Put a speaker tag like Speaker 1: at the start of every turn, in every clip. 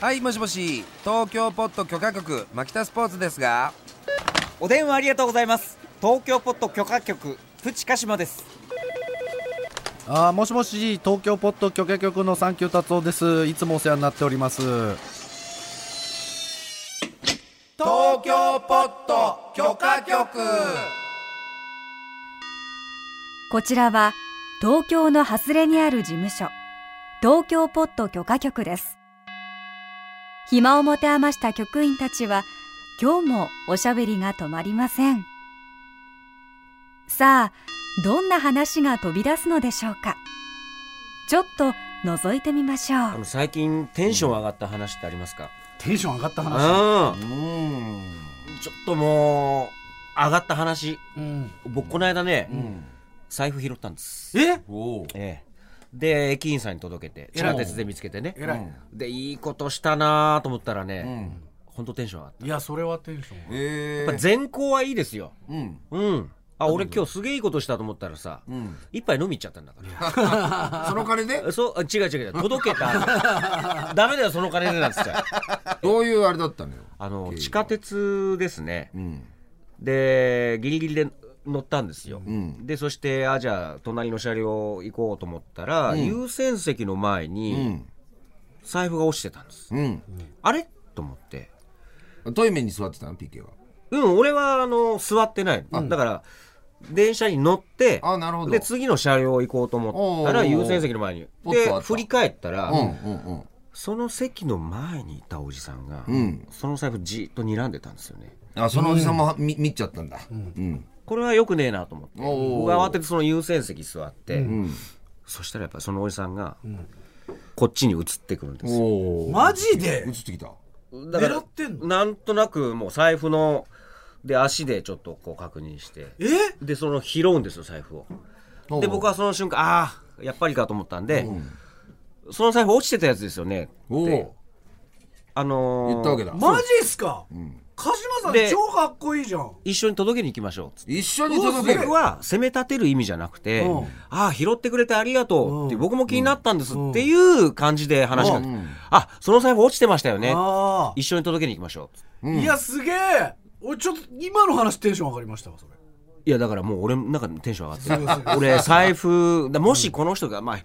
Speaker 1: はいもしもし東京ポット許可局牧田スポーツですが
Speaker 2: お電話ありがとうございます東京ポット許可局プチカシマです
Speaker 3: あーもしもし東京ポッド許可局のサンキュー達夫ですいつもお世話になっております
Speaker 1: 東京ポット許可局
Speaker 4: こちらは東京の外れにある事務所、東京ポット許可局です。暇を持て余した局員たちは、今日もおしゃべりが止まりません。さあ、どんな話が飛び出すのでしょうか。ちょっと覗いてみましょ
Speaker 5: あ
Speaker 4: う。
Speaker 5: の最近テンション上がった話ってありますか、
Speaker 6: テンション上がった
Speaker 5: うん、
Speaker 6: 話
Speaker 5: ちょっともう上がった話
Speaker 6: うん
Speaker 5: 僕この間ね、財布拾ったんです
Speaker 6: え
Speaker 5: ええで駅員さんに届けて地下鉄で見つけてね
Speaker 6: えらい
Speaker 5: でいいことしたなと思ったらね、ほんとテンション上がった
Speaker 6: いやそれはテンション
Speaker 5: やっぱ善行はいいですよ
Speaker 2: うん
Speaker 5: うんあ俺今日すげえいいことしたと思ったらさ、一杯飲み行っちゃったんだから
Speaker 1: その金で
Speaker 5: そうあ違う違う届けた ダメだよその金でなんつって
Speaker 1: どういうあれだったのよ
Speaker 5: あの地下鉄ですね、
Speaker 2: ん
Speaker 5: でギリギリで乗ったんですよ、
Speaker 2: ん
Speaker 5: でそしてあじゃあ隣の車両行こうと思ったら、優先席の前
Speaker 2: う
Speaker 5: に
Speaker 2: ん
Speaker 5: 財布が落ちてたんです、
Speaker 2: うん
Speaker 5: あれと思って
Speaker 1: トイメに座ってたの PK は
Speaker 5: うん俺はあの座ってない、だから電車に乗って
Speaker 1: あなるほど
Speaker 5: で次の車両行こうと思ったら
Speaker 1: おー
Speaker 5: 優先席の前に
Speaker 1: ポッ
Speaker 5: で
Speaker 1: とあった
Speaker 5: 振り返ったら、
Speaker 2: うんうん
Speaker 5: その席の前にいたおじさんが、
Speaker 2: ん
Speaker 5: その財布じーっと睨んでたんですよね
Speaker 2: あそのおじさんも見見ちゃったんだうん
Speaker 5: これはよくねえなと思っ
Speaker 1: お
Speaker 5: て
Speaker 1: ー
Speaker 5: 僕は慌ててその優先席座って、そしたらやっぱそのおじさんが、こっちに移ってくるんですよ
Speaker 2: お
Speaker 6: マジで
Speaker 2: 映ってきた
Speaker 5: だから
Speaker 6: 狙ってんの
Speaker 5: なんとなくもう財布ので足でちょっとこう確認して
Speaker 6: え
Speaker 5: でその拾うんですよ財布をで僕はその瞬間ああやっぱりかと思ったんで、その財布落ちてたやつですよね
Speaker 2: おお
Speaker 5: あのー
Speaker 2: 言ったわけだ
Speaker 6: マジっすか鹿島さん
Speaker 5: で
Speaker 6: 超かっこいいじゃん
Speaker 5: 一緒に届けに行きましょうっつって
Speaker 2: 一緒に届ける
Speaker 5: 僕は責め立てる意味じゃなくて、
Speaker 6: うん
Speaker 5: ああ、拾ってくれてありがとうって、僕も気になったんですっていう感じで話が、あ、その財布落ちてましたよね。
Speaker 6: あ
Speaker 5: 一緒に届けに行きましょ
Speaker 6: あいやすげえ俺ちょっと今の話テンション上がりましたわそれ
Speaker 5: う。いや、だからもう俺、なんかテンション上がってる。俺、財布、だもしこの人が、まあ、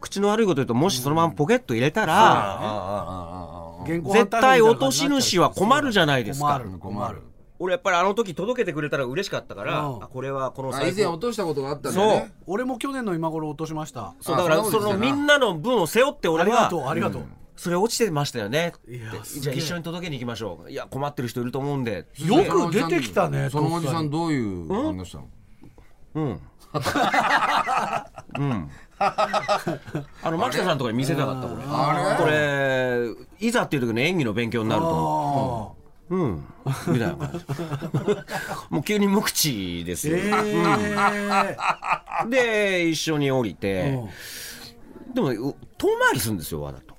Speaker 5: 口の悪いこと言うと、もしそのままポケット入れたら、
Speaker 6: 現行
Speaker 5: 絶
Speaker 6: 犯逮捕みた
Speaker 5: 対落
Speaker 6: いな感
Speaker 5: と
Speaker 6: じ
Speaker 5: し
Speaker 6: になっちゃう
Speaker 5: 主は困るじゃないです
Speaker 6: 困
Speaker 5: か。
Speaker 6: る
Speaker 2: 困る
Speaker 5: 俺、やっぱりあの時届けてくれたら嬉しかったから、
Speaker 6: うん
Speaker 5: あこれはこの
Speaker 1: あ
Speaker 5: 財
Speaker 1: 以
Speaker 5: 布
Speaker 1: 前。落としたことがあったんだ
Speaker 5: そ
Speaker 1: よ
Speaker 5: う
Speaker 1: ね。
Speaker 6: 俺も去年の今頃落としました
Speaker 5: そう
Speaker 1: あ
Speaker 5: だから
Speaker 1: そう
Speaker 5: そ
Speaker 1: ですよ
Speaker 5: の
Speaker 1: な
Speaker 5: みんなの分を背負って
Speaker 6: あ
Speaker 5: 俺
Speaker 6: りが
Speaker 5: は
Speaker 6: とうありがとう
Speaker 5: それ落ちてましたよねって
Speaker 6: いやすげえ
Speaker 5: じゃあ一緒に届けに行きましょういや困ってる人いると思うんで
Speaker 6: よく出てきたね
Speaker 2: そのおじさ
Speaker 6: とっ
Speaker 2: んどういう反応したの
Speaker 5: うんうんあの牧田さんとかに見せたかったこれこれいざっていう時の演技の勉強になると思
Speaker 6: さにああ
Speaker 5: ううんみたいな感じもう急に無口ですよ、
Speaker 6: え
Speaker 5: うんで一緒に降り
Speaker 6: え
Speaker 5: てでもう遠回りするんですよわざと。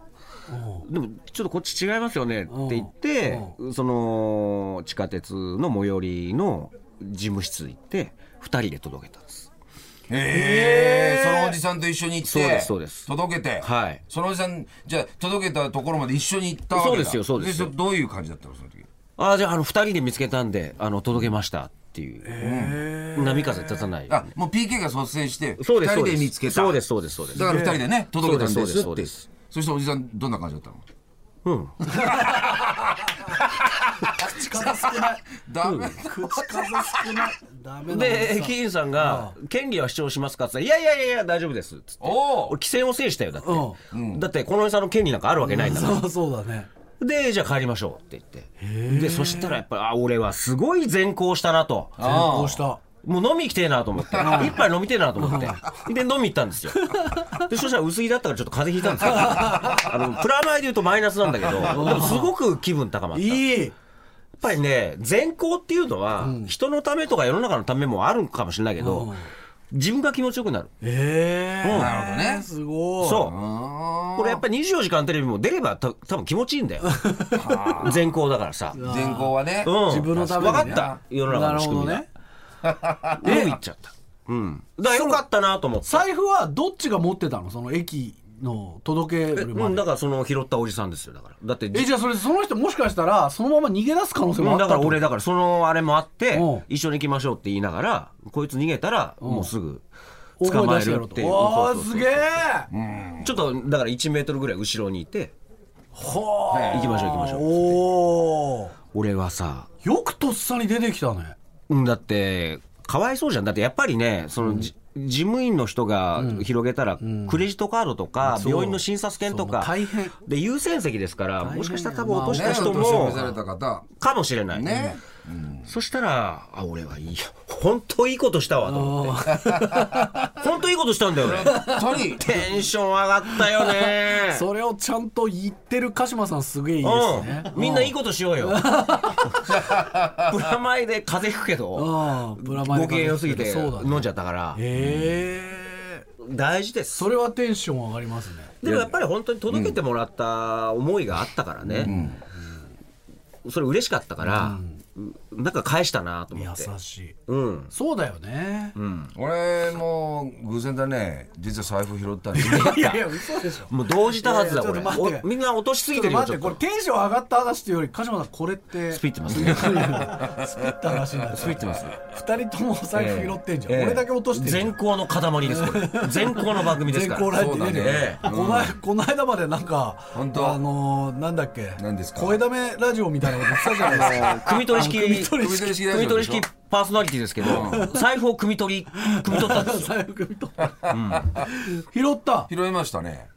Speaker 5: でもちょっとこっち違いますよねって言ってその地下鉄の最寄りの事務室行って2人で届けたんです
Speaker 2: ええそのおじさんと一緒に行って
Speaker 5: そうですそうです
Speaker 2: 届けて
Speaker 5: はい
Speaker 2: そのおじさんじゃあ届けたところまで一緒に行ったわけだ
Speaker 5: そうですよそうですよ
Speaker 2: そどういう感じだったのその時
Speaker 5: ああじゃああの2人で見つけたんであの届けましたっていう、うん波風立たない
Speaker 2: あもう PK が率先して
Speaker 5: そう
Speaker 2: 二
Speaker 5: です
Speaker 2: 人
Speaker 5: そう
Speaker 2: で
Speaker 5: です
Speaker 2: 見つけた
Speaker 5: そうですそうですそうです
Speaker 2: だから二人でね届けたんです
Speaker 5: そ
Speaker 2: っ
Speaker 5: う
Speaker 2: て
Speaker 5: ですそう
Speaker 2: そしておじさんどんな感じだったの
Speaker 5: うん
Speaker 6: 口数少ない
Speaker 2: ダメ
Speaker 6: 口数少ないダメな
Speaker 5: で駅員さんが「権利は主張しますか?」って言ったら「いやいやいやいや大丈夫です」っつって
Speaker 2: おお
Speaker 5: 俺、規制を制したよ、だって。だって、このおじさんの権利なんかあるわけないんだから。
Speaker 6: そうそうだね
Speaker 5: で、じゃあ帰りましょうって言って。で、そしたらやっぱり、あ、俺はすごい善行したなと。
Speaker 6: こうした
Speaker 5: もう飲み行きてえなと思って。一杯飲みてえなと思って。で、飲み行ったんですよ。で、そしたら薄着だったからちょっと風邪ひいたんですよ。あの、プラマイで言うとマイナスなんだけど、でもすごく気分高まった。やっ
Speaker 6: いい
Speaker 5: ぱりね、善行っていうのは、人のためとか世の中のためもあるかもしれないけど、自分が気持ちよくなる。
Speaker 6: ええ
Speaker 2: なるほどね
Speaker 6: すごい
Speaker 5: そう。これやっぱり24時間テレビも出ればた多分気持ちいいんだよ。善行だからさ。
Speaker 2: 前後はね
Speaker 5: うん、
Speaker 6: 自分のためにね
Speaker 5: 分かった世の中の仕組み
Speaker 6: な
Speaker 5: が
Speaker 6: る
Speaker 5: どういっちゃったうんだからよかったなと思って
Speaker 6: 財布はどっちが持ってたのその駅の届け
Speaker 5: え
Speaker 6: るま
Speaker 5: う
Speaker 6: で
Speaker 5: んだからその拾ったおじさんですよだからだって
Speaker 6: えじゃあそれその人もしかしたらそのまま逃げ出す可能性もあ
Speaker 5: う
Speaker 6: っ
Speaker 5: ん
Speaker 6: たっ
Speaker 5: だ
Speaker 6: て
Speaker 5: から
Speaker 6: こと
Speaker 5: 俺だからそのあれもあって
Speaker 6: うん
Speaker 5: 一緒に行きましょうって言いながらこいつ逃げたらもうすぐ
Speaker 6: 大声
Speaker 5: 捕ま
Speaker 6: 出
Speaker 5: え
Speaker 6: してや
Speaker 5: る
Speaker 6: ろう
Speaker 5: っ
Speaker 6: と
Speaker 5: ていう
Speaker 6: お
Speaker 5: そ
Speaker 6: ー
Speaker 5: うそうそう
Speaker 6: すげえ
Speaker 5: ちょっとだから1メートルぐらい後ろにいて
Speaker 6: ほー
Speaker 5: 行きましょう行きましょう
Speaker 6: おお
Speaker 5: 俺はさ
Speaker 6: よくとっさに出てきたね
Speaker 5: うんだってかわいそうじゃんだってやっぱりねそのじ事務員の人が広げたらクレジットカードとか
Speaker 6: そう
Speaker 5: 病院の診察券とか
Speaker 6: そう大変
Speaker 5: で優先席ですからもしかしたら多分落とし
Speaker 1: ね
Speaker 5: た人
Speaker 1: お年を
Speaker 5: も
Speaker 1: 召された方
Speaker 5: かもしれない
Speaker 1: ね
Speaker 5: そしたら、あ、俺はいいよ。本当いいことしたわ、と思 って。本当いいことしたんだよね。
Speaker 1: 本当 に
Speaker 5: テンション上がったよね。
Speaker 6: それをちゃんと言ってる鹿島さんすげえいいですね
Speaker 5: うん。みんないいことしよ うよ。プラマイで風吹くけど、
Speaker 6: ああブラマ
Speaker 5: ご機嫌良すぎて
Speaker 6: そうだね
Speaker 5: 飲んじゃったから、
Speaker 6: へえ
Speaker 5: 大事です。
Speaker 6: それはテンション上がりますね
Speaker 5: でもやっぱり本当に届けてもらった思いがあったからね。それ嬉しかったから、なんか返したなと思って。
Speaker 6: 優しい
Speaker 5: うん。
Speaker 6: そうだよね
Speaker 1: 俺も偶然だね実は財布拾 ったんで
Speaker 6: いやいや嘘でしょ
Speaker 5: もう同時多発だ、
Speaker 6: いやいや
Speaker 5: 俺
Speaker 6: ちょっと待って。
Speaker 5: おみんな落としすぎてるよ、
Speaker 6: 待
Speaker 5: ち
Speaker 6: っ
Speaker 5: ょ
Speaker 6: てこ
Speaker 5: っ
Speaker 6: れ
Speaker 5: と。
Speaker 6: テンション上がった話っていうより鹿島さんこれって
Speaker 5: スピってますね。
Speaker 6: スピった話になる
Speaker 1: ついてます
Speaker 6: 二人ともお財布拾ってんじゃん、
Speaker 5: ええ
Speaker 6: 俺だけ落としてんじゃん
Speaker 5: 全校の塊です これ全校の番組ですから
Speaker 6: 全校ライブ出てる、
Speaker 5: え
Speaker 6: こ
Speaker 5: え
Speaker 6: の間この間までなんか
Speaker 1: 本当
Speaker 6: あのー、なんだっけ
Speaker 1: 何ですか
Speaker 6: 声だめラジオみたいなこと言ってたじゃないですか
Speaker 5: 組取り式組
Speaker 1: 組み取り式ラジオ
Speaker 5: 取
Speaker 1: で
Speaker 5: り
Speaker 1: しょ
Speaker 5: 式パーソナリティですけど財布を組み取り組み取った んですよ
Speaker 6: 財布組と、拾った
Speaker 1: 拾いましたね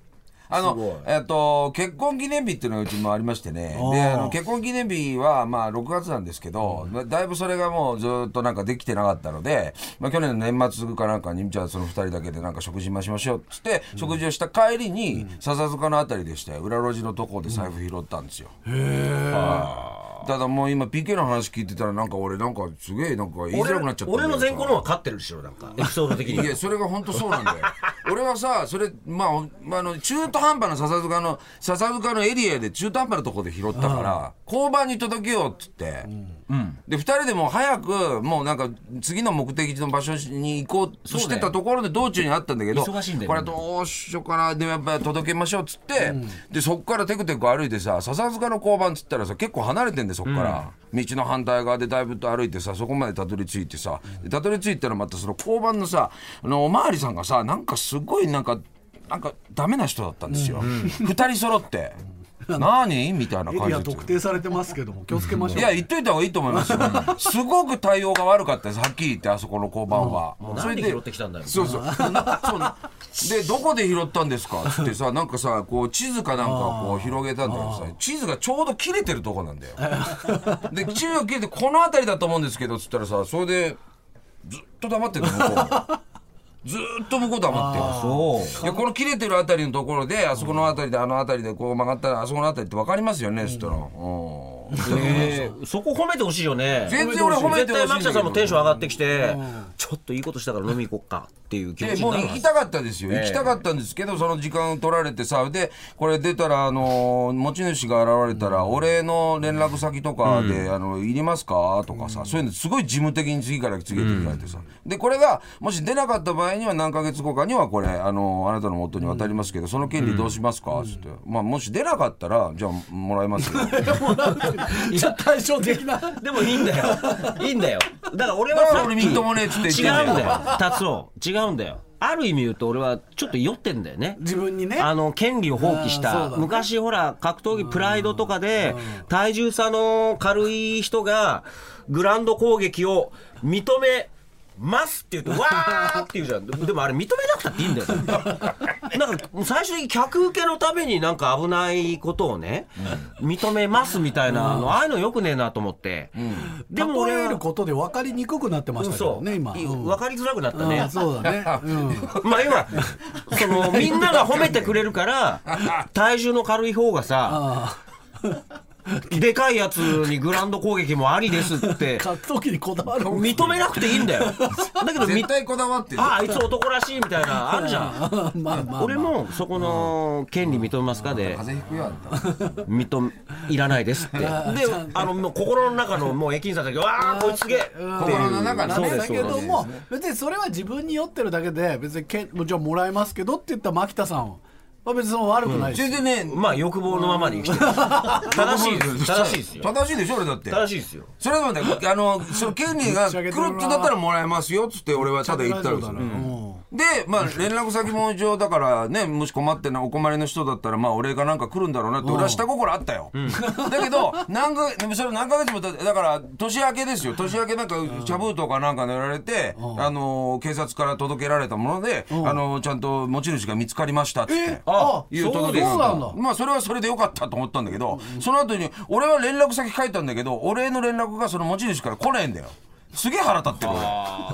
Speaker 1: あ
Speaker 5: すごい
Speaker 1: のえっと結婚記念日っていうのがうちもありましてねであの結婚記念日はまあ6月なんですけど、まあだいぶそれがもうずっとなんかできてなかったので、まあ、去年の年末かなんかにじゃあその2人だけでなんか食事ましましょうっつって、食事をした帰りに、笹塚のあたりでして裏路地のとこで財布拾ったんですよ、はいただもう今 PK の話聞いてたらなんか俺なんかすげえなんか言いづらくなっちゃったんだ
Speaker 5: 俺
Speaker 1: よ
Speaker 5: の全校の方が勝ってるでしょなんかエピソード的
Speaker 1: い
Speaker 5: に
Speaker 1: やそれが本当そうなんだ よ俺はさそれまあおまああの中途半端な笹塚の笹塚のエリアで中途半端なところで拾ったから交番に届けようっつって、で2人でもう早くもうなんか次の目的地の場所に行こうとしてたところで道中にあったんだけど
Speaker 5: 忙しいんだよ
Speaker 1: こ
Speaker 5: ね
Speaker 1: れどうしようかなでもやっぱり届けましょうっつって、でそっからテクテク歩いてさ笹塚の交番っつったらさ結構離れてんだよそっから、道の反対側でだいぶと歩いてさそこまでたどり着いてさでたどり着いたらまたその交番のさあのおまわりさんがさなんかすごいなんかなんかダメな人だったんですよ、二人揃って「何?」みたいな
Speaker 6: エ
Speaker 1: 感じ
Speaker 6: リア
Speaker 1: で
Speaker 6: 特定されてますけども気をつけましょう
Speaker 1: いや、言っといた方がいいと思います よ。すごく対応が悪かったです、はっきり言って、あそこの交番は。
Speaker 5: もう何で拾ってきたんだよ
Speaker 1: そうそう。そうなで、どこで拾ったんですかつって さ、なんかさ、こう、地図かなんかこう広げたんだけどさ、地図がちょうど切れてるとこ なんだよ。で、地図が切れて、この辺りだと思うんですけど、つったらさ、それで、ずっと黙ってるの、向こう。ずーっと向こう黙ってる。
Speaker 5: そう
Speaker 1: いやこの切れてるあたりのところであそこのあたりであのあたりでこう曲がったらあそこのあたりって分かりますよねっつったら「うん」
Speaker 5: ええそこ褒めてほしいよね
Speaker 1: 全然俺褒めてほしいんだけど
Speaker 5: 絶対マキタさんもテンション上がってきてちょっといいことしたから飲み行こっかっていう気持
Speaker 1: で
Speaker 5: ち
Speaker 1: もう
Speaker 5: になる
Speaker 1: 行
Speaker 5: は
Speaker 1: き
Speaker 5: ず
Speaker 1: たかったですよ、
Speaker 5: ええ
Speaker 1: 行きたかったんですけどその時間を取られてさでこれ出たらあのー持ち主が現れたら、お礼の連絡先とかで「あのいりますか?」とかさ、そういうのすごい事務的に次から次へと言われてさ、でこれがもし出なかった場合には何ヶ月後かにはこれあのーあなたの元に渡りますけど、その権利どうしますか?」っつって、まあ、もし出なかったらじゃあもらえます よ
Speaker 6: いや対照的な
Speaker 5: でもいいんだよいいんだよだから俺
Speaker 1: だ
Speaker 5: は
Speaker 1: から
Speaker 5: さっ
Speaker 1: 俺
Speaker 5: き
Speaker 1: みっともねえっつって言って
Speaker 5: 違うんだよ達夫違うんだよある意味言うと俺はちょっと酔ってんだよね
Speaker 6: 自分にね
Speaker 5: あの権利を放棄し
Speaker 6: あーそう
Speaker 5: た、
Speaker 6: だね
Speaker 5: 昔ほら格闘技プライドとかで体重差の軽い人がグラウンド攻撃を認めますって言うとわーって言うじゃんででもあれ認めなくたっていいんだよなんか最終的に客受けのためになんか危ないことをね、認めますみたいなのああいうのよくねえなと思って、 で
Speaker 6: で
Speaker 5: も
Speaker 6: も
Speaker 5: 俺
Speaker 6: 俺える
Speaker 5: は
Speaker 6: ことで分かりにくくなってましたけど
Speaker 5: そう
Speaker 6: ね今、うん
Speaker 5: 分かりづらくなった
Speaker 6: う
Speaker 5: ね
Speaker 6: んそうだね、うん、
Speaker 5: まあ今、その、みんなが褒めてくれるから、体重の軽い方がさ、
Speaker 6: あ
Speaker 5: でかいやつにグラウンド攻撃もありですって
Speaker 6: あ、買っときにこだわる
Speaker 5: 認めなくていいんだよ。だけど、み
Speaker 1: 絶対こだわってる
Speaker 5: あ、あいつ男らしいみたいな、あるじゃん。
Speaker 6: まあまあ、まあ、
Speaker 5: 俺も、そこの、権利認めますかで、
Speaker 1: 風邪ひくよあんた
Speaker 5: 認め、いらないですって。で、あの、もう心の中の、もう駅員さんだけ、わあこいつすげえっていう。
Speaker 1: 心の中のね
Speaker 5: そうで
Speaker 6: だ
Speaker 5: す、
Speaker 6: け
Speaker 5: そう
Speaker 6: ど
Speaker 5: です。
Speaker 6: も別にそれは自分に酔ってるだけで別にけじゃあもらえますけどって言った牧田さんあ別にその悪くないです、
Speaker 1: 全然ね、
Speaker 5: まあ欲望のままに生きてる正しいです正しいですよ
Speaker 1: 正しいでしょ、俺だって。
Speaker 5: 正しいですよ
Speaker 1: それはだってあの、その権利が
Speaker 6: ぶっちゃ
Speaker 1: 来る
Speaker 6: け
Speaker 1: って
Speaker 6: てるな
Speaker 1: だったらもらえますよっつって、俺はただ言ったんですよ。で、まあ、連絡先も一応、だからね、もし困ってな、お困りの人だったら、まあ、お礼かなんか来るんだろうなって、俺は下心あったよ。だけど、何か、でもそれ何ヶ月も経って、だから、年明けですよ。年明けなんか、茶封筒かなんか塗られて、あの、警察から届けられたもので、あの、ちゃんと持ち主が見つかりましたっつって。
Speaker 6: あ
Speaker 1: いう
Speaker 6: そ
Speaker 1: 届
Speaker 6: う
Speaker 1: けが
Speaker 6: そうなんだ
Speaker 1: まあそれはそれでよかったと思ったんだけど、その後に俺は連絡先書いたんだけどお礼の連絡がその持ち主から来ないんだよすげえ腹立ってる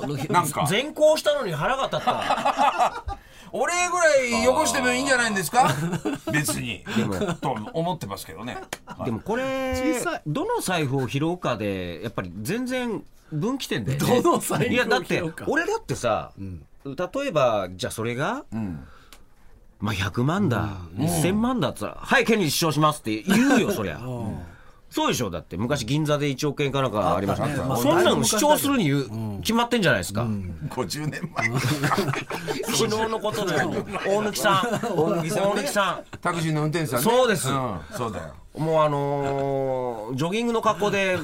Speaker 1: 俺なんか
Speaker 5: 全校したのに腹が立った
Speaker 1: お礼ぐらいよこしてもいいんじゃないんですか別にと思ってますけどね
Speaker 5: でもこれどの財布を拾うかでやっぱり全然分岐点だよね
Speaker 6: どの財布を拾うか
Speaker 5: いやだって俺だってさ、例えばじゃあそれが、まあ100万だ、1000万だっつったら「はい権利主張します」って言う よそりゃ、そうでしょだって昔銀座で1億円かなんかありました
Speaker 6: あったねまあ
Speaker 5: そんなの主張するに言う、決まってんじゃないですか、
Speaker 1: 50年前
Speaker 5: 昨日のことのように大貫さん 大貫さん大貫さん
Speaker 1: タクシーの運転手さんね
Speaker 5: そうです
Speaker 1: んそうだよ
Speaker 5: もうあのー、ジョギングの格好で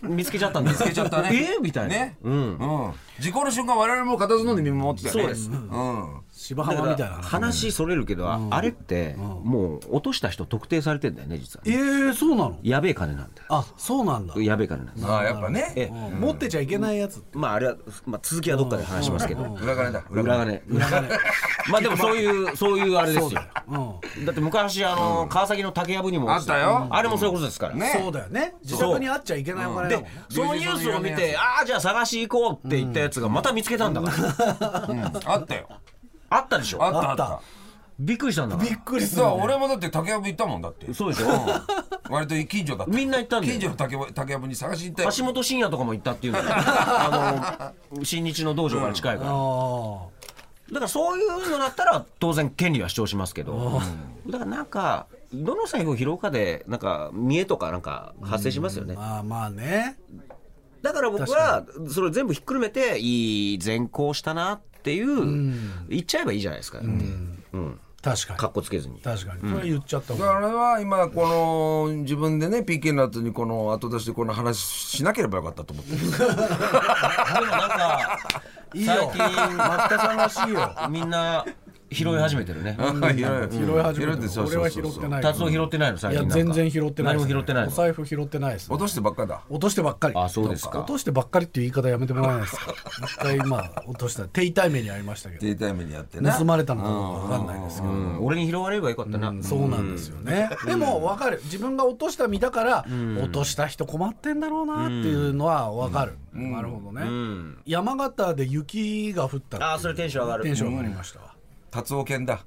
Speaker 5: 見つけちゃったんです
Speaker 1: つけちゃったね
Speaker 5: えみたいな、
Speaker 1: ね
Speaker 5: う、
Speaker 1: うんん事故の瞬間我々も片のんで見守ってたよね
Speaker 5: そうです
Speaker 1: うん
Speaker 6: 芝
Speaker 5: だ
Speaker 6: 浜
Speaker 5: か
Speaker 6: みたい
Speaker 5: ら
Speaker 6: な
Speaker 5: 話それるけど、あれってもう落とした人特定されてんだよね実は
Speaker 6: ええそうなの
Speaker 5: やべえ金なんだ
Speaker 6: あそうなんだ、
Speaker 5: よやべえ金なんだよ
Speaker 1: ああやっぱね
Speaker 5: え
Speaker 6: うん持ってちゃいけないやつって
Speaker 5: まああれは、まあ、続きはどっかで話しますけど
Speaker 1: 裏金だ
Speaker 5: 裏金裏金 まあでもそういうそういうあれですよだって昔あの川崎の竹やぶにも
Speaker 1: あったよ
Speaker 5: あれもそういうことですから
Speaker 1: ね
Speaker 6: そうだよね自宅にあっちゃいけないお金だもん
Speaker 5: で
Speaker 6: ね
Speaker 5: そのニュースを見てああじゃあ探し行こうって言ったやつがまた見つけたんだから
Speaker 1: うんあったよ
Speaker 5: あったでし
Speaker 1: あ
Speaker 5: ょ
Speaker 1: ったあ
Speaker 6: あ
Speaker 1: っ
Speaker 6: った
Speaker 1: た
Speaker 5: びっくりしたんだか
Speaker 6: びっくりす
Speaker 1: 実
Speaker 6: る
Speaker 1: は俺もだって竹やぶ行ったもんだって
Speaker 5: らそうでしょ
Speaker 1: 割と近所だった
Speaker 5: みんな行ったんだよ
Speaker 1: 近所の竹やぶ竹やぶに探しに行ったよ
Speaker 5: 橋本真也とかも行ったっていうのよ あの新日の道場から近いか
Speaker 6: あ
Speaker 5: ら、だからそういうのだったら当然権利は主張しますけど、だからなんかどの財布を拾うかでなんか見栄とかなんか発生しますよね、
Speaker 6: ーあーまあね
Speaker 5: だから僕はそれを全部ひっくるめていい善行したなっていう、言っちゃえばいいじゃないですか、
Speaker 6: 確かに
Speaker 5: かっこつけずに
Speaker 6: 確かにそれは言っちゃったもん、
Speaker 1: だから俺は今この自分でね PK の後にこの後出しでこの話しなければよかったと思ってる
Speaker 5: でもなんか
Speaker 6: いいよ
Speaker 5: 最近
Speaker 6: 松田さんらしいよ
Speaker 5: みんな拾い始めてるね、
Speaker 1: 拾い
Speaker 6: 拾い始め
Speaker 1: て
Speaker 6: て
Speaker 1: そう
Speaker 6: 俺
Speaker 1: そう
Speaker 6: は
Speaker 1: そ
Speaker 6: 拾
Speaker 1: う
Speaker 6: っ
Speaker 1: そう
Speaker 6: てない
Speaker 5: 達夫拾ってないの最
Speaker 6: いや
Speaker 5: 近なん
Speaker 6: 全
Speaker 5: か
Speaker 6: 然拾ってないです
Speaker 5: 何
Speaker 6: ね
Speaker 5: も拾ってない
Speaker 6: お
Speaker 5: の
Speaker 6: 財布拾ってないですね
Speaker 1: 落としてばっかだ
Speaker 6: 落としてばっかり
Speaker 5: あそうですか
Speaker 6: 落としてばっかりっていう言い方やめてもらえないですか一回まあ落とした手痛い目に遭いましたけど
Speaker 1: データイムにやってな
Speaker 6: 盗まれたのかどうかわかんないですけど、
Speaker 5: うん俺に拾われればよかったな、
Speaker 6: そうなんですよね、でもわかる自分が落とした身だから、落とした人困ってんだろうなっていうのはわかる、なるほどね、山形で雪が降ったっていう
Speaker 5: あーそれテンション上がる
Speaker 6: テンション上がりましたわ、
Speaker 1: 達夫犬だ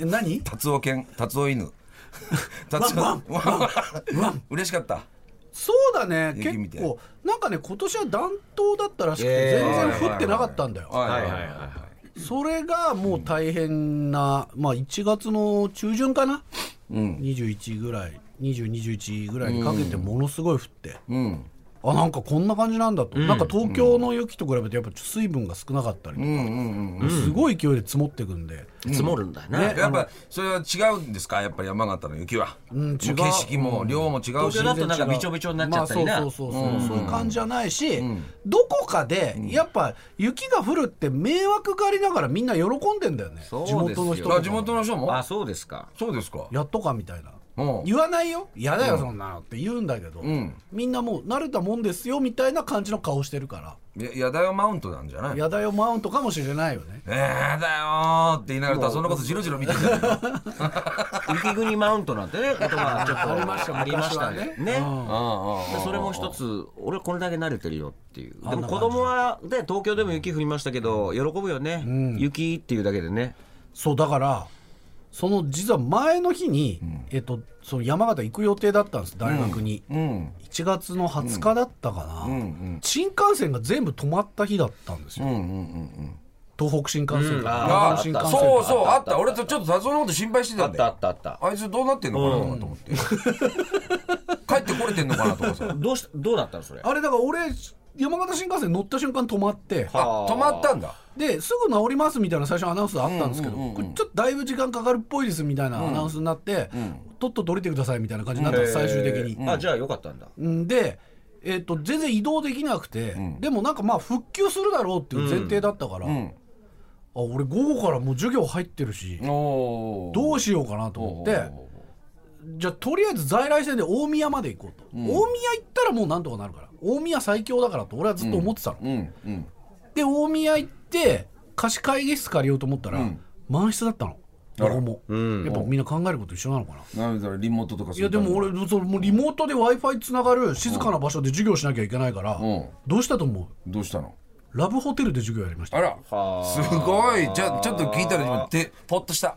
Speaker 6: え何
Speaker 1: 達夫犬達夫犬達夫
Speaker 6: ワンワン
Speaker 1: 嬉しかった
Speaker 6: そうだね
Speaker 1: 雪みた
Speaker 6: 結
Speaker 1: いな
Speaker 6: 構なんかね今年は暖冬だったらしくて、
Speaker 5: えー
Speaker 6: 全然降ってなかったんだよ、
Speaker 1: はいはい
Speaker 5: はいはい
Speaker 1: は
Speaker 5: はい
Speaker 6: それがもう大変な、まあ1月の中旬かな、21ぐらい2021ぐらいにかけてものすごい降って、
Speaker 1: うん
Speaker 6: あなんかこんな感じなんだと、なんか東京の雪と比べてやっぱ水分が少なかったりとか、
Speaker 1: うんうんうん
Speaker 6: すごい勢いで積もってくんで、
Speaker 5: 積もるんだよな、
Speaker 1: やっぱそれは違うんですかやっぱり山形の雪は
Speaker 6: ん
Speaker 1: もう
Speaker 6: 違
Speaker 1: 景
Speaker 6: う
Speaker 1: 色も量も違うし
Speaker 5: 東京だとなんかびちょびちょになっちゃったり
Speaker 6: まあ、
Speaker 5: な
Speaker 6: そうそうそうそう、そういう感じじゃないし、どこかでやっぱ雪が降るって迷惑がありながらみんな喜んでんだよね
Speaker 5: そうで
Speaker 6: 地
Speaker 5: すよ
Speaker 6: 元の人
Speaker 1: あ
Speaker 6: と
Speaker 1: 地
Speaker 6: かも
Speaker 1: 元の人も
Speaker 5: あそうですか
Speaker 1: そうですか
Speaker 6: やっとかみたいな
Speaker 1: うん
Speaker 6: 言わないよ嫌だよそんなのって言うんだけど、みんなもう慣れたもんですよみたいな感じの顔してるか
Speaker 1: ややだよマウントなんじゃない
Speaker 6: らやだよマウントかもしれないよね
Speaker 1: えーやだよーって言いながらたそんなことじろじろ見てんじゃないよ
Speaker 5: 雪国マウントなんてね言葉ちょっと
Speaker 6: ありました
Speaker 5: ありました
Speaker 6: 昔
Speaker 5: ね
Speaker 6: は
Speaker 5: ね
Speaker 1: うんうん
Speaker 5: で
Speaker 1: うん
Speaker 5: それも一つ俺これだけ慣れてるよっていうでも子供はね東京でも雪降りましたけど喜ぶよね、雪っていうだけでね
Speaker 6: そうだからその実は前の日に、えっと、その山形行く予定だったんです大学に、
Speaker 1: うん
Speaker 6: 1月の20日だったかな、
Speaker 1: うんうん
Speaker 6: 新幹線が全部止まった日だったんですよ、
Speaker 1: うんうんうん
Speaker 6: 東北新幹線と
Speaker 5: うん
Speaker 6: か、
Speaker 1: あ
Speaker 6: 東
Speaker 1: ー
Speaker 6: 北新幹線と
Speaker 1: そう
Speaker 6: か
Speaker 1: そうあった俺とちょっと達夫のこと心配してたんだよ
Speaker 5: たあった
Speaker 1: あいつどうなってんのかなと思って 帰ってこれてんのかなとかさ
Speaker 5: どうしどうだったのそれ
Speaker 6: あれだから俺山形新幹線乗った瞬間止まって
Speaker 1: あ止まったんだ
Speaker 6: ですぐ治りますみたいな最初アナウンスあったんですけど、これちょっとだいぶ時間かかるっぽいですみたいなアナウンスになって、とっとと降りてくださいみたいな感じになったんです最終的に。
Speaker 5: あじゃあよかったんだ
Speaker 6: うんで、えー、と全然移動できなくて、でもなんかまあ復旧するだろうっていう前提だったから、あ俺午後からもう授業入ってるし、
Speaker 1: おー
Speaker 6: どうしようかなと思ってじゃあとりあえず在来線で大宮まで行こうと、大宮行ったらもうなんとかなるから大宮最強だからと俺はずっと思ってたの、
Speaker 1: うんうん
Speaker 6: で大宮行って貸し会議室借りようと思ったら、満室だったのどこも、やっぱみんな考えること一緒なのかな、
Speaker 1: なんだろうリモートとかす
Speaker 6: いや
Speaker 1: る
Speaker 6: で
Speaker 1: ために
Speaker 6: も俺そのもうリモートで w i f i つながる静かな場所で授業しなきゃいけないから、
Speaker 1: ん
Speaker 6: どうしたと思
Speaker 1: どうしたの
Speaker 6: うラブホテルで授業やりました
Speaker 1: あらすごいじゃちょっと聞いたら今てポッとした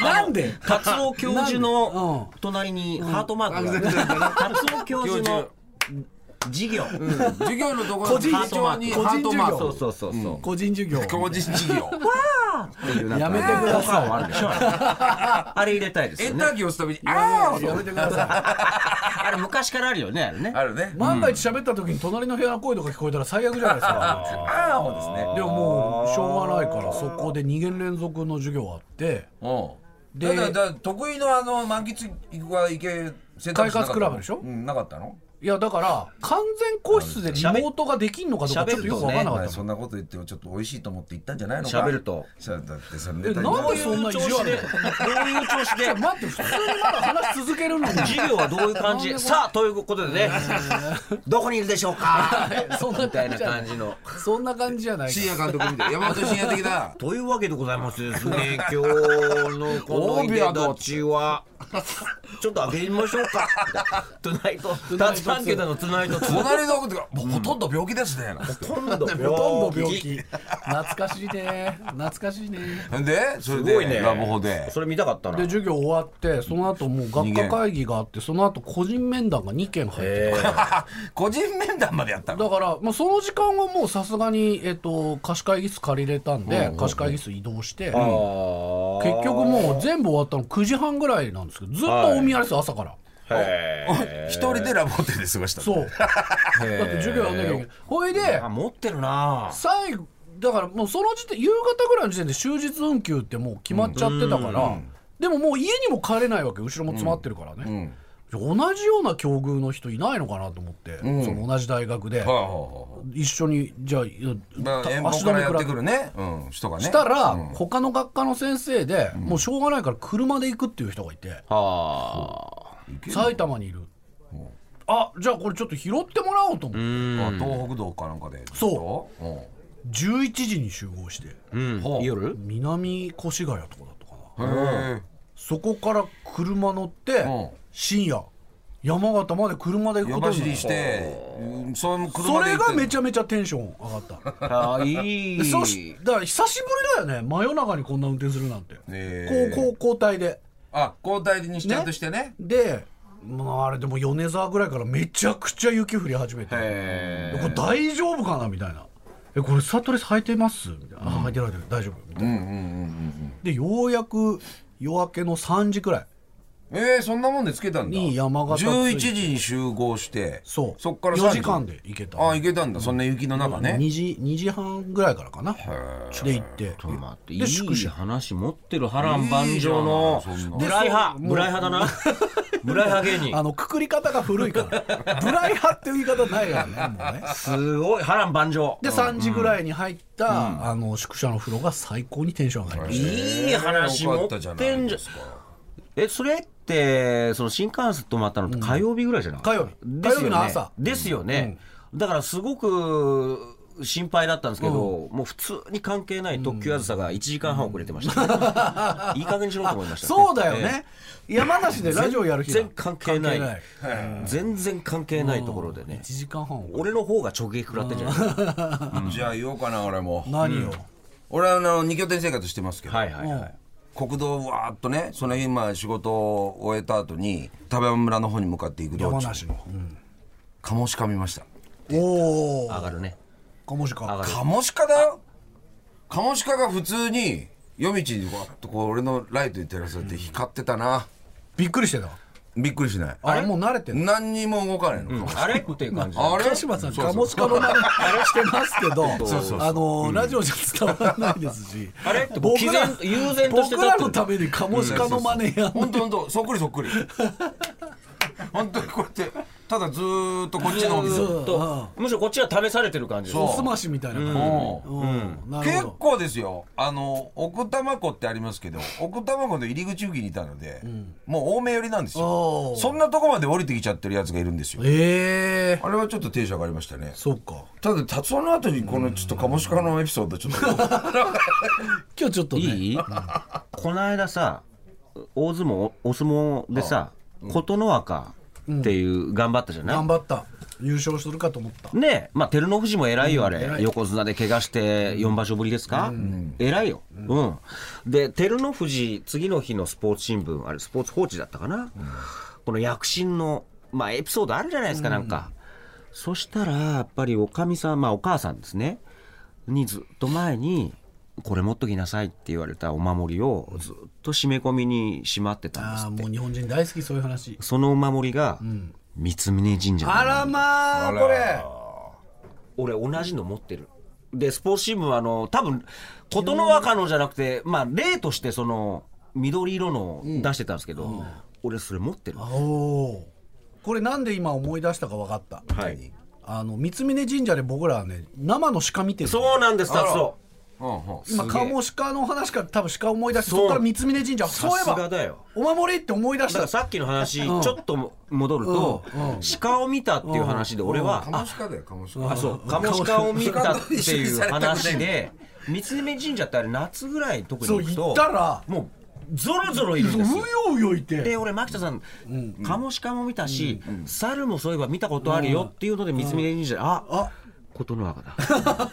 Speaker 6: なんで
Speaker 5: 達夫教授の
Speaker 6: う
Speaker 5: 隣にハートマークが達夫教授の授業
Speaker 1: 授業のところ
Speaker 6: 個人
Speaker 1: 非常に
Speaker 6: 個人
Speaker 1: ハートマー
Speaker 6: 授業
Speaker 5: そ
Speaker 1: ク
Speaker 5: うそうそうそう
Speaker 6: 個人授業
Speaker 1: 個人事業
Speaker 5: や
Speaker 6: めてくだ
Speaker 5: さいあるでしょあれ入れたいです
Speaker 1: エ
Speaker 5: よ
Speaker 1: ン
Speaker 5: ね
Speaker 1: ターキーを押すためにああ
Speaker 6: やめてください
Speaker 5: あれ昔からあるよねあれね
Speaker 1: あるね
Speaker 6: 万が一喋った時に隣の部屋の声とか聞こえたら最悪じゃないですか
Speaker 1: ああですね
Speaker 6: でももうしょうがないからそこで2限連続の授業あって
Speaker 1: うん
Speaker 6: で
Speaker 1: だからだから得意のあの満喫行くは行け選択肢なかったの
Speaker 6: 快活クラブでしょ
Speaker 1: うんなかったの
Speaker 6: いやだから完全個室でリモートができんのかどうかちょっとよく分かんなか
Speaker 1: お前
Speaker 6: った
Speaker 1: そ
Speaker 6: もん
Speaker 1: んなこと言ってちょっと美味しいと思って行ったんじゃないのか
Speaker 5: 喋ると
Speaker 1: そうだってその
Speaker 6: え
Speaker 1: ネタに
Speaker 6: なんでそんな意
Speaker 5: 調
Speaker 6: 地
Speaker 5: 子
Speaker 6: 悪いの
Speaker 5: でどういう調子で
Speaker 6: いや 待って普通にまだ話続けるのに
Speaker 5: 授業はどういう感じさあということでねどこにいるでしょうか
Speaker 6: そんな
Speaker 5: みたいな
Speaker 6: じゃ
Speaker 5: 感じの
Speaker 6: そんな感じじゃないか
Speaker 1: 深夜監督みたい山本深夜的だ
Speaker 5: というわけでございましてですね今日のこのいでたちは ちょっと開けてみましょうか「トゥナイト」「タッチパンケタのトゥナイト2」
Speaker 1: 隣のことがもうほとんど病気です ねなんて
Speaker 5: ほとんど
Speaker 6: ほとんど病気懐かしいね懐かしいね
Speaker 1: でそれ
Speaker 5: すご
Speaker 1: で
Speaker 5: いね
Speaker 1: ラブホで
Speaker 5: それ見たかったな
Speaker 6: で授業終わってその後もう学科会議があってその後個人面談が2件入ってた
Speaker 1: 個人面談までやったの
Speaker 6: だから、まあ、その時間はもうさすがに、えっと貸し会議室借りれたんで貸し会議室移動して
Speaker 5: あ
Speaker 6: 結
Speaker 5: ー
Speaker 6: 局もう全部終わったの9時半ぐらいなんですけどずっと大宮ですよ朝から。
Speaker 5: へー
Speaker 1: 一人でラブホテルで過ごしたの
Speaker 6: そうだって授業やんなきゃいけないほいで
Speaker 5: あ持ってるな
Speaker 6: 最後だからもうその時点夕方ぐらいの時点で終日運休ってもう決まっちゃってたから、でももう家にも帰れないわけ後ろも詰まってるからね、同じような境遇の人いないのかなと思って、その同じ大学で、
Speaker 1: はいはいは
Speaker 6: 一緒にじゃあ、いや
Speaker 1: いはいまあ
Speaker 6: た
Speaker 1: 遠方からやってく
Speaker 6: 足止め
Speaker 1: るねうん人がね
Speaker 6: したら、他の学科の先生で、もうしょうがないから車で行くっていう人がいて
Speaker 5: あ
Speaker 6: 埼玉にいる、あじゃあこれちょっと拾ってもらおうと思って、
Speaker 1: あ東北道かなんかで
Speaker 6: そう
Speaker 1: うん
Speaker 6: 11時に集合して
Speaker 1: ほう
Speaker 5: 夜
Speaker 6: 南越谷とかだったかな
Speaker 1: へえ
Speaker 6: そこから車乗って、
Speaker 1: うん
Speaker 6: 深夜山形まで車で行くこ
Speaker 1: 夜走
Speaker 6: とになる
Speaker 1: りしてうんその
Speaker 6: そ
Speaker 1: 車で
Speaker 6: れ
Speaker 1: 行っ
Speaker 6: が
Speaker 1: てんの
Speaker 6: めちゃめちゃテンション上がった
Speaker 5: あい
Speaker 6: で
Speaker 5: い
Speaker 6: そしだから久しぶりだよね真夜中にこんな運転するなんて、
Speaker 1: ええ
Speaker 6: こうこう交代で
Speaker 1: あ交代にしちゃんとしてね
Speaker 6: でまああれでも米沢ぐらいからめちゃくちゃ雪降り始めて
Speaker 5: へ
Speaker 6: これ大丈夫かなみたいな「えこれサトレス履いてます?」みたいな「あ履いてる履いてる大丈夫」みたいな、でようやく夜明けの3時くらい
Speaker 1: ええそんなもんでつけたんだ
Speaker 6: に山形
Speaker 1: 11時に集合して
Speaker 6: そう
Speaker 1: そっから
Speaker 6: 4時間で行けた
Speaker 1: ああ行けたんだそんな雪の中ね
Speaker 6: 2時2時半ぐらいからかなで行って
Speaker 5: ちょっと待ってい
Speaker 6: で宿
Speaker 5: い
Speaker 6: 舎
Speaker 5: 話持ってる波乱万丈の
Speaker 1: いいじゃんそんな
Speaker 5: ブライ派ブライ派だ なブライ派芸
Speaker 6: あ
Speaker 5: 人
Speaker 6: のくくり方が古いから ブライ派っていう言い方ないよねもうね
Speaker 5: すごい波乱万丈
Speaker 6: で3時ぐらいに入った、あの宿舎の風呂が最高にテンション上がりました、
Speaker 5: いい話持ってんじゃんえそれってその新幹線止まったのって火曜日ぐらいじゃない、
Speaker 6: 火曜日
Speaker 5: です
Speaker 6: 火曜
Speaker 5: よね
Speaker 6: 日の朝
Speaker 5: ですよね、だからすごく心配だったんですけど、もう普通に関係ない特急あずさが1時間半遅れてました、 いい加減にしろと思いました
Speaker 6: そうだよね、山梨でラジオやる日だ
Speaker 5: 全然関係ない
Speaker 6: 関係ない
Speaker 5: 全然関係ないところでね
Speaker 6: 1時間半
Speaker 5: 俺の方が直撃食らってんじゃないですか
Speaker 1: じゃあ言おうかな俺も
Speaker 6: 何よ、
Speaker 1: 俺はあの二拠点生活してますけど
Speaker 5: はいはいはい、
Speaker 1: 国道をわーっとねその日まあ仕事を終えた後に食べ村の方に向かっていく道
Speaker 6: 山
Speaker 1: 中
Speaker 6: 梨の、
Speaker 1: カモシカ見ました
Speaker 6: おお
Speaker 5: 上がるね
Speaker 6: かもしか
Speaker 5: 上がる
Speaker 1: カモシカだよカモシカが普通に夜道にわーっとこう俺のライトに照らされて光ってたな
Speaker 6: びっくりしてた
Speaker 1: びっくりしない
Speaker 6: あれもう慣れてる
Speaker 1: 何にも動かないの、
Speaker 5: あれっていう感じ
Speaker 1: あれ
Speaker 6: 鹿島さんカモシカのまねあれしてますけど
Speaker 1: そうそう
Speaker 6: あのラジオじゃ伝わらないですし
Speaker 5: あれって
Speaker 6: 僕
Speaker 5: 僕
Speaker 6: ら
Speaker 5: ら悠然として
Speaker 6: 僕らの
Speaker 5: 立
Speaker 6: た
Speaker 5: っ
Speaker 6: め
Speaker 5: て
Speaker 6: にカモシカのマネやん
Speaker 1: 本当本当そっくりそっ くり本当にこうやってただずーっとこっちの方見て
Speaker 5: ず
Speaker 1: る
Speaker 5: ーっとむしろこっちが試されてる感じです
Speaker 1: そう
Speaker 6: おすましみたいな
Speaker 1: うん
Speaker 6: 感じうんなる
Speaker 1: 結
Speaker 6: ほど
Speaker 1: 構ですよあの奥多摩湖ってありますけど奥多摩湖の入り口付近にいたので、もう青梅寄りなんです
Speaker 6: お
Speaker 1: よ
Speaker 6: ー
Speaker 1: そんなとこまで降りてきちゃってるやつがいるんですよ
Speaker 6: ええ
Speaker 1: あれはちょっとテンション上がりましたね
Speaker 6: そうか
Speaker 1: ただ達夫の後にこのちょっとカモシカのエピソードちょっ と
Speaker 6: 今日ちょっとね
Speaker 5: いいこの間さ大相撲お相撲でさ琴ノ若っていう頑張ったじゃない
Speaker 6: 頑張った優勝するかと思った
Speaker 5: ねえ、まあ、照ノ富士も偉いよ、あれ、
Speaker 6: 偉い
Speaker 5: 横綱で怪我して4場所ぶりですか、偉いよ、うん、で、照ノ富士、次の日のスポーツ新聞、あれ、スポーツ報知だったかな、この躍進の、まあ、エピソードあるじゃないですか、なんか、そしたら、やっぱりおかみさん、まあ、お母さんですね、にずっと前に、これ持っときなさいって言われたお守りを、ずっと締め込みにしまってたんで
Speaker 6: あ
Speaker 5: す
Speaker 6: あ
Speaker 5: って
Speaker 6: もう、日本人大好きそういう話
Speaker 5: そのお守りが、三峯神社のお守り
Speaker 6: あらまあこれ
Speaker 5: 俺同じの持ってるでスポーツ新聞はあの多分琴ノ若のじゃなくてまあ例としてその緑色の出してたんですけど、俺それ持ってる
Speaker 6: おおこれなんで今思い出したか分かった
Speaker 1: はい、
Speaker 6: あの三峯神社で僕らはね生の鹿見てる
Speaker 5: そうなんです達夫
Speaker 1: うんうん
Speaker 6: 今
Speaker 5: すげえ
Speaker 6: カモシカの話から多分鹿思い出して
Speaker 5: そ
Speaker 6: そうこから三峯神社そうい
Speaker 5: さ
Speaker 6: え
Speaker 5: すが
Speaker 6: ば
Speaker 5: だよ
Speaker 6: お守りって思い出し
Speaker 5: だから
Speaker 6: た
Speaker 5: さっきの話ちょっと戻ると
Speaker 6: うんうん
Speaker 5: 鹿を見たっていう話で俺は
Speaker 1: カ
Speaker 5: あ
Speaker 1: モシカだよカモシカ
Speaker 5: あそうカモシカを見たっていう話で三峯神社ってあれ夏ぐらい特
Speaker 6: そう
Speaker 5: に行
Speaker 6: 行
Speaker 5: く
Speaker 6: っ
Speaker 5: と
Speaker 6: たら
Speaker 5: もうゾロゾロいるん
Speaker 6: う
Speaker 5: ですよ
Speaker 6: ようよいて
Speaker 5: で俺牧田さん、カモシカも見たし、猿もそういえば見たことあるよっていうので三峯神社、ああ琴ノ若だ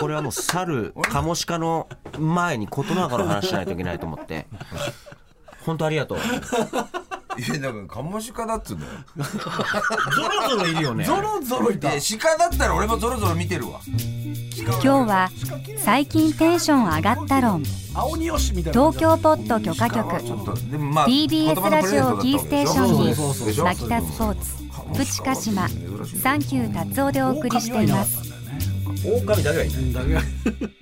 Speaker 5: これはもう 猿カモシカの前に琴ノ若の話しないといけないと思って本当あり がとう
Speaker 1: いやだからカモシカだっつうんだよ
Speaker 5: ゾロゾロいるよね
Speaker 6: ゾロゾロいた
Speaker 1: いや鹿だったら俺もゾロゾロ見てるわ
Speaker 4: 今日は最近テンション上がった論
Speaker 6: 青によしみたいな
Speaker 4: 東京ポッド許可
Speaker 1: 鹿はちょっと
Speaker 4: 局
Speaker 1: でもまあ
Speaker 4: TBS ラジオをキーステーション
Speaker 1: 言葉のプレゼントだったわけでしょ
Speaker 4: に牧田スポーツプチカシマサンキュー達夫でお送りしています
Speaker 6: す
Speaker 5: 狼だけはいない
Speaker 6: だけ